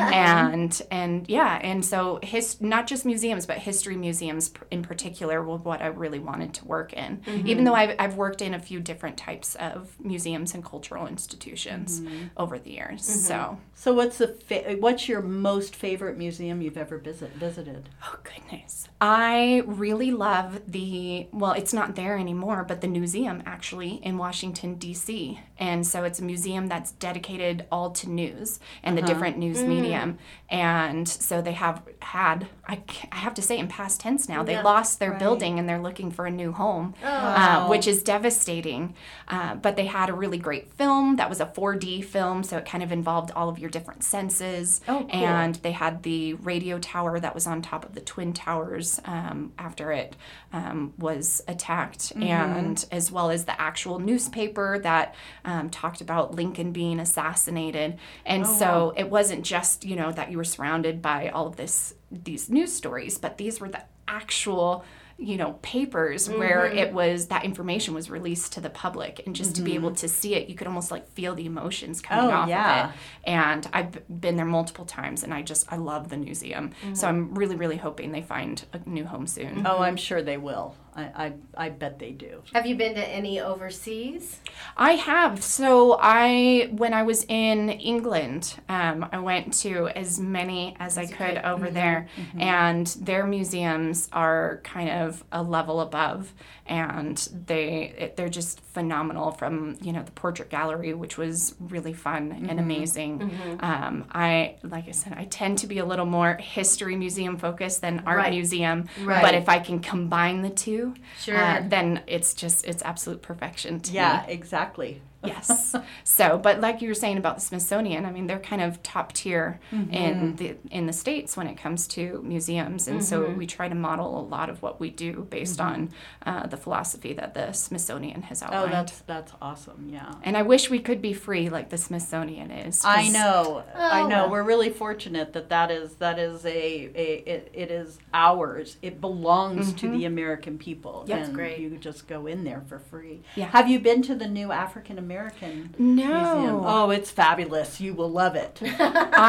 Speaker 4: and and yeah, and so his not just museums, but history museums pr- in particular were what I really wanted to work in. Even though I've, I've worked in a few different types of museums and cultural institutions over the years. So
Speaker 3: So what's the fa- what's your most favorite museum you've ever visit visited?
Speaker 4: Oh goodness. I really love the well, it's not there anymore, but the museum actually in Washington DC. And so it's a museum that's dedicated all to news and the different news medium. And so they have had I, ca- I have to say in past tense now, they lost their building and they're looking for a new home, uh, which is devastating. Uh, but they had a really great film that was a 4D film, so it kind of involved all of your different senses.
Speaker 3: Oh, cool.
Speaker 4: And they had the radio tower that was on top of the twin towers um, after it um, was attacked,
Speaker 3: Mm-hmm.
Speaker 4: and as well as the actual newspaper that um, talked about Lincoln being assassinated. And
Speaker 3: Oh,
Speaker 4: so it wasn't just you know that you were surrounded by all of this these news stories, but these were the actual you know papers where
Speaker 3: Mm-hmm.
Speaker 4: it was that information was released to the public and just to be able to see it you could almost like feel the emotions coming
Speaker 3: Mm-hmm. Oh,
Speaker 4: off
Speaker 3: yeah.
Speaker 4: of it and I've b- been there multiple times, and I just I love the museum. So I'm really, really hoping they find a new home soon.
Speaker 3: Oh, I'm sure they will. I I, I bet they do.
Speaker 2: Have you been to any overseas?
Speaker 4: I have. So I, when I was in England, um, I went to as many as, I could, over
Speaker 2: Mm-hmm.
Speaker 4: there, and their museums are kind of a level above, and they it- they're just phenomenal. From you know the portrait gallery, which was really fun
Speaker 2: Mm-hmm.
Speaker 4: and amazing. Um, I like I said, I tend to be a little more history museum focused than art
Speaker 2: Right.
Speaker 4: museum,
Speaker 2: Right.
Speaker 4: but if I can combine the two, uh,
Speaker 2: Sure.
Speaker 4: then it's just it's absolute perfection. To me.
Speaker 3: Yeah, exactly.
Speaker 4: yes. So, but like you were saying about the Smithsonian, I mean, they're kind of top tier
Speaker 3: Mm-hmm.
Speaker 4: in the in the states when it comes to museums, and so
Speaker 3: Mm-hmm.
Speaker 4: we try to model a lot of what we do based on uh, the philosophy that the Smithsonian has
Speaker 3: Oh,
Speaker 4: outlined.
Speaker 3: that's that's awesome. Yeah.
Speaker 4: and I wish we could be free like the Smithsonian is. 'cause
Speaker 3: I know. I
Speaker 2: Oh.
Speaker 3: know. We're really fortunate that that is that is a, a it, it is ours. It belongs to the American people.
Speaker 4: Yeah.
Speaker 2: That's
Speaker 3: and
Speaker 2: great.
Speaker 3: You just go in there for free.
Speaker 4: Yeah.
Speaker 3: Have you been to the new African American Museum?
Speaker 4: No.
Speaker 3: Oh, it's fabulous. You will love it.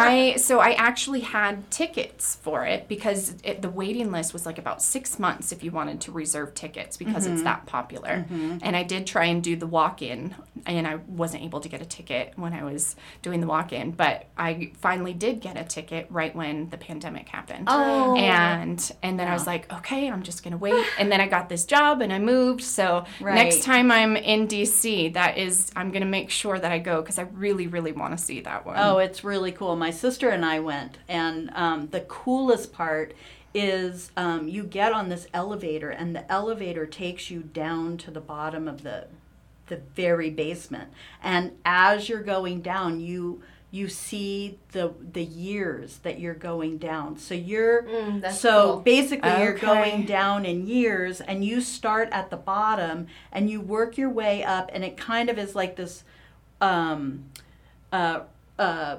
Speaker 4: I so I actually had tickets for it because it, the waiting list was like about six months if you wanted to reserve tickets because
Speaker 3: Mm-hmm.
Speaker 4: it's that popular. And I did try and do the walk in, and I wasn't able to get a ticket when I was doing the walk in, but I finally did get a ticket right when the pandemic happened.
Speaker 3: Oh.
Speaker 4: And and then I was like, okay, I'm just gonna wait. And then I got this job and I moved. So
Speaker 3: Right.
Speaker 4: next time I'm in DC, that is, I'm gonna make sure that I go because I really, really want to see that one.
Speaker 3: Oh, it's really cool. My sister and I went, and um, the coolest part is um, you get on this elevator, and the elevator takes you down to the bottom of the the very basement. And as you're going down, you you see the the years that you're going down. So you're
Speaker 2: Mm, that's
Speaker 3: so
Speaker 2: cool.
Speaker 3: basically you're
Speaker 4: Okay.
Speaker 3: going down in years, and you start at the bottom, and you work your way up, and it kind of is like this. Um, uh, uh,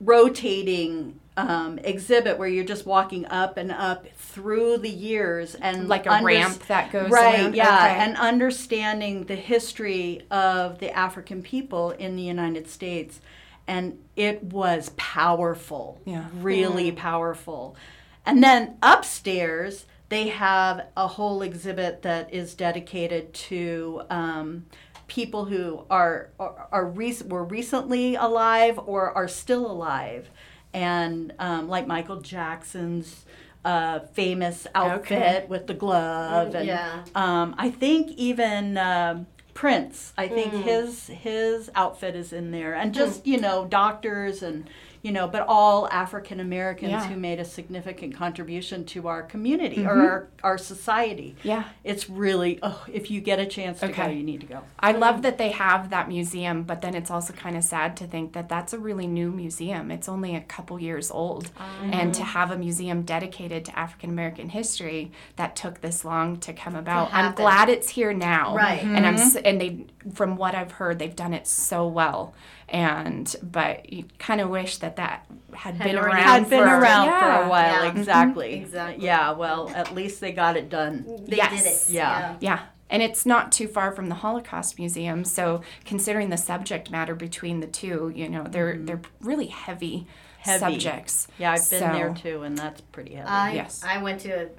Speaker 3: rotating um, exhibit where you're just walking up and up through the years and
Speaker 4: Like a ramp that goes
Speaker 3: right
Speaker 4: around?
Speaker 3: yeah
Speaker 4: Okay.
Speaker 3: and understanding the history of the african people in the united states and it was powerful
Speaker 4: Yeah.
Speaker 3: really powerful and then upstairs they have a whole exhibit that is dedicated to um, people who are are, are rec- were recently alive or are still alive, and um, like Michael Jackson's uh, famous outfit with the glove, and
Speaker 2: yeah.
Speaker 3: um, I think even. Um, Prince, I think his his outfit is in there, and just you know doctors and you know, but all African Americans
Speaker 4: Yeah.
Speaker 3: who made a significant contribution to our community or our, our society.
Speaker 4: Yeah.
Speaker 3: It's really, oh, if you get a chance to go,
Speaker 4: Okay.
Speaker 3: you need to go.
Speaker 4: I love that they have that museum, but then it's also kind of sad to think that that's a really new museum. It's only a couple years old. And to have a museum dedicated to African American history that took this long to come about. I'm
Speaker 2: happen.
Speaker 4: glad it's here now.
Speaker 2: Right.
Speaker 4: And I'm s- and they from what I've heard, they've done it so well. And but you kind of wish that that had, been
Speaker 2: already
Speaker 4: around
Speaker 3: Had been
Speaker 4: for,
Speaker 3: around for
Speaker 4: Yeah.
Speaker 3: a while,
Speaker 2: Yeah. Mhm.
Speaker 3: exactly.
Speaker 2: Exactly.
Speaker 3: Yeah, well, at least they got it done.
Speaker 2: They did it.
Speaker 4: Yes.
Speaker 3: Yeah.
Speaker 4: Yeah. And it's not too far from the Holocaust Museum, so considering the subject matter between the two, you know, they're
Speaker 2: Mm-hmm.
Speaker 4: they're really heavy,
Speaker 3: Heavy.
Speaker 4: subjects.
Speaker 3: Yeah, I've been
Speaker 4: So-
Speaker 3: there too, and that's pretty heavy.
Speaker 2: I
Speaker 4: Yes.
Speaker 2: I went to a,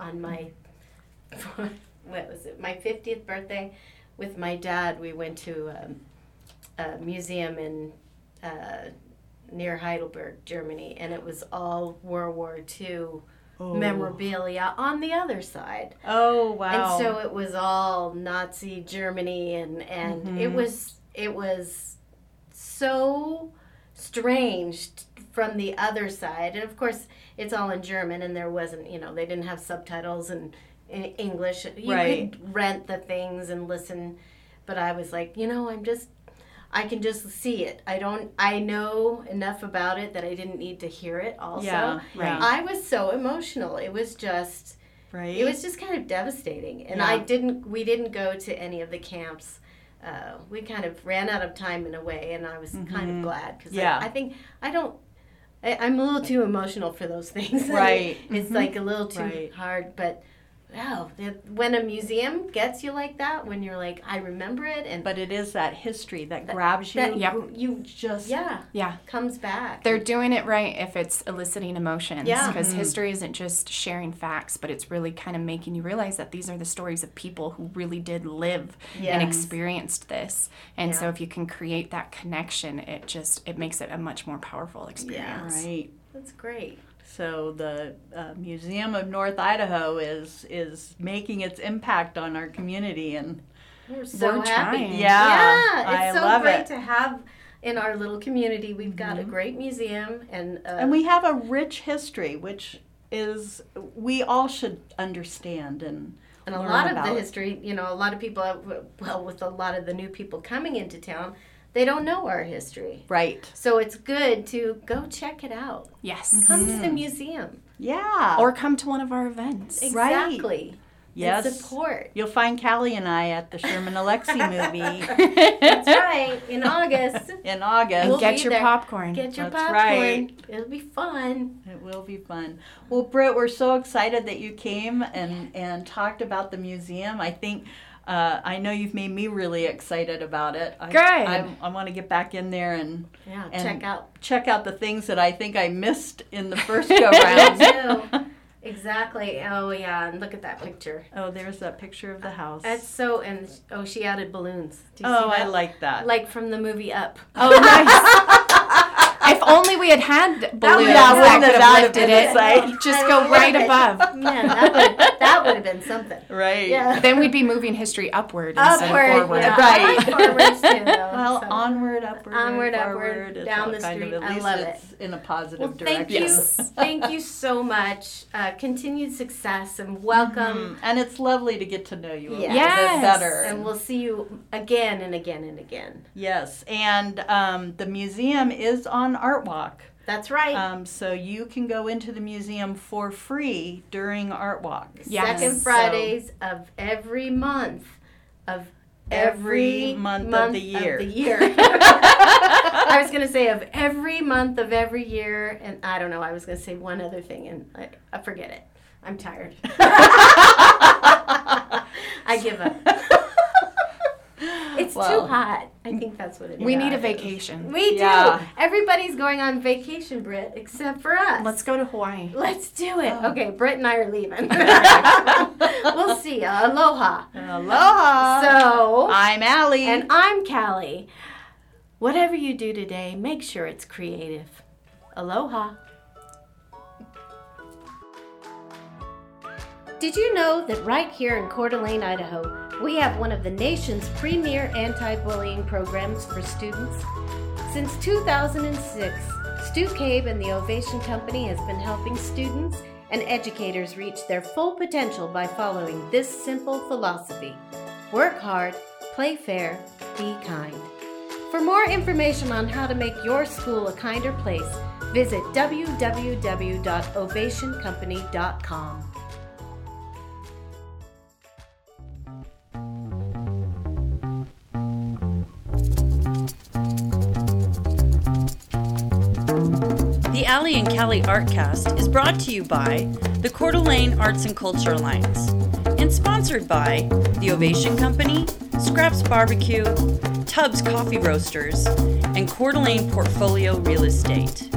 Speaker 2: on my what was it my fiftieth birthday with my dad. We went to um, a museum in uh, near Heidelberg, Germany, and it was all World War II memorabilia on the other side.
Speaker 3: oh, wow.
Speaker 2: And so it was all Nazi Germany and and it
Speaker 3: Mm-hmm.
Speaker 2: was it was so strange t- from the other side. And of course, it's all in German and there wasn't, you know, they didn't have subtitles and in English. You
Speaker 3: Right.
Speaker 2: could rent the things and listen, but I was like, you know, I'm just I can just see it. I don't I know enough about it that I didn't need to hear it also.
Speaker 3: yeah, right.
Speaker 2: I was so emotional. It was just
Speaker 3: right.
Speaker 2: it was just kind of devastating, and I
Speaker 3: Yeah.
Speaker 2: didn't. We didn't go to any of the camps. Uh, we kind of ran out of time in a way, and I was kind of glad because
Speaker 3: Mm-hmm. Yeah.
Speaker 2: I, think I don't. I, I'm a little too emotional for those things.
Speaker 3: Right. Mm-hmm.
Speaker 2: it's like a little too
Speaker 3: Right.
Speaker 2: hard, but. Wow, that- when a museum gets you like that, when you're like, I remember it, and
Speaker 3: but it is that history that grabs you.
Speaker 2: that
Speaker 4: Yep.
Speaker 2: you
Speaker 3: Just
Speaker 2: yeah
Speaker 4: Yeah.
Speaker 2: comes back.
Speaker 4: They're doing it right if it's eliciting emotions.
Speaker 2: Yeah. Mm-hmm.
Speaker 4: Because history isn't just sharing facts, but it's really kind of making you realize that these are the stories of people who really did live and
Speaker 2: Yes.
Speaker 4: experienced this. And so
Speaker 2: Yeah.
Speaker 4: if you can create that connection, it just it makes it a much more powerful experience.
Speaker 3: right.
Speaker 2: That's great.
Speaker 3: So the uh, Museum of North Idaho is is making its impact on our community, and
Speaker 2: We're so
Speaker 4: We're
Speaker 2: happy.
Speaker 4: trying.
Speaker 3: Yeah,
Speaker 2: Yeah,
Speaker 3: I
Speaker 2: it's so
Speaker 3: love
Speaker 2: great
Speaker 3: it. Mm-hmm.
Speaker 2: to have in our little community. We've got a great museum and, uh,
Speaker 3: and we have a rich history, which is we all should understand and
Speaker 2: and a
Speaker 3: learn
Speaker 2: lot of
Speaker 3: about.
Speaker 2: the history, you know, a lot of people, uh, well, with a lot of the new people coming into town, they don't know our history.
Speaker 3: Right.
Speaker 2: So it's good to go check it out.
Speaker 4: Yes.
Speaker 2: Come to the museum.
Speaker 3: Yeah.
Speaker 4: Or come to one of our events.
Speaker 3: Right.
Speaker 2: Exactly. And
Speaker 3: yes.
Speaker 2: support.
Speaker 3: You'll find Callie and I at the Sherman Alexie movie
Speaker 2: That's right. In August,
Speaker 3: in August.
Speaker 2: We'll
Speaker 4: Get
Speaker 2: be
Speaker 4: your
Speaker 2: there.
Speaker 4: popcorn.
Speaker 2: get your
Speaker 3: That's
Speaker 2: popcorn.
Speaker 3: right.
Speaker 2: It'll be fun.
Speaker 3: It will be fun. Well, Britt, we're so excited that you came and, and talked about the museum. I think, uh, I know you've made me really excited about it. I,
Speaker 4: Good.
Speaker 3: I, I want to get back in there and
Speaker 2: Yeah,
Speaker 3: And-
Speaker 2: check out.
Speaker 3: check out the things that I think I missed in the first go round.
Speaker 2: too. exactly. Oh yeah, and look at that picture.
Speaker 3: oh, there's that picture of the house.
Speaker 2: That's so and oh she added balloons. Do you see
Speaker 3: oh, I
Speaker 2: that?
Speaker 3: like that.
Speaker 2: like from the movie Up.
Speaker 4: Oh, nice. if only we had had balloons, that would
Speaker 3: would've- wouldn't have
Speaker 4: have
Speaker 3: added
Speaker 4: lifted
Speaker 3: it.
Speaker 4: it.
Speaker 3: Right.
Speaker 4: Just go right above.
Speaker 2: Man, that would that would have been something.
Speaker 3: right.
Speaker 2: Yeah.
Speaker 4: Then we'd be moving history upward instead of
Speaker 2: Upward,
Speaker 4: forward.
Speaker 2: yeah.
Speaker 3: Right.
Speaker 2: I like forwards too, though,
Speaker 3: Well,
Speaker 2: so.
Speaker 3: onward, upward,
Speaker 2: Onward, upward,
Speaker 3: forward. It's
Speaker 2: down
Speaker 3: all
Speaker 2: the
Speaker 3: kind of-
Speaker 2: street.
Speaker 3: at
Speaker 2: I
Speaker 3: least
Speaker 2: love
Speaker 3: it's in a positive
Speaker 2: Well,
Speaker 3: direction.
Speaker 2: thank you,
Speaker 4: Yes.
Speaker 2: thank you so much. Uh, continued success and
Speaker 3: Mm,
Speaker 2: welcome,
Speaker 3: And it's lovely to get to know you a little
Speaker 4: Yes.
Speaker 3: bit better.
Speaker 2: and we'll see you again and again and again.
Speaker 3: Yes, and um, the museum is on Art Walk.
Speaker 2: That's right.
Speaker 3: Um, so you can go into the museum for free during Art Walk.
Speaker 4: Yes.
Speaker 2: Second Fridays of every month of
Speaker 3: Every
Speaker 2: every,
Speaker 3: month of the year.
Speaker 2: year. I was gonna say of every month of every year, and I don't know. I was gonna say one other thing, and I, I forget it. I'm tired. I give up. It's
Speaker 3: Well,
Speaker 2: too hot. I think that's what it is.
Speaker 4: We need a vacation.
Speaker 2: We
Speaker 3: Yeah.
Speaker 2: do. Everybody's going on vacation, Britt, except for us.
Speaker 4: Let's go to Hawaii.
Speaker 2: Let's do it. Okay, Britt and I are leaving. we'll see you. Aloha.
Speaker 3: Aloha.
Speaker 2: So,
Speaker 3: I'm Allie.
Speaker 2: and I'm Callie. Whatever you do today, make sure it's creative. Aloha. Did you know that right here in Coeur d'Alene, Idaho, we have one of the nation's premier anti bullying programs for students? Since 2006, Stu Cave and the Ovation Company has been helping students and educators reach their full potential by following this simple philosophy work hard, play fair, be kind. For more information on how to make your school a kinder place, visit www.ovationcompany.com.
Speaker 6: The Alley and Cali Artcast is brought to you by the Coeur d'Alene Arts and Culture Alliance and sponsored by The Ovation Company, Scraps Barbecue, Tubbs Coffee Roasters, and Coeur d'Alene Portfolio Real Estate.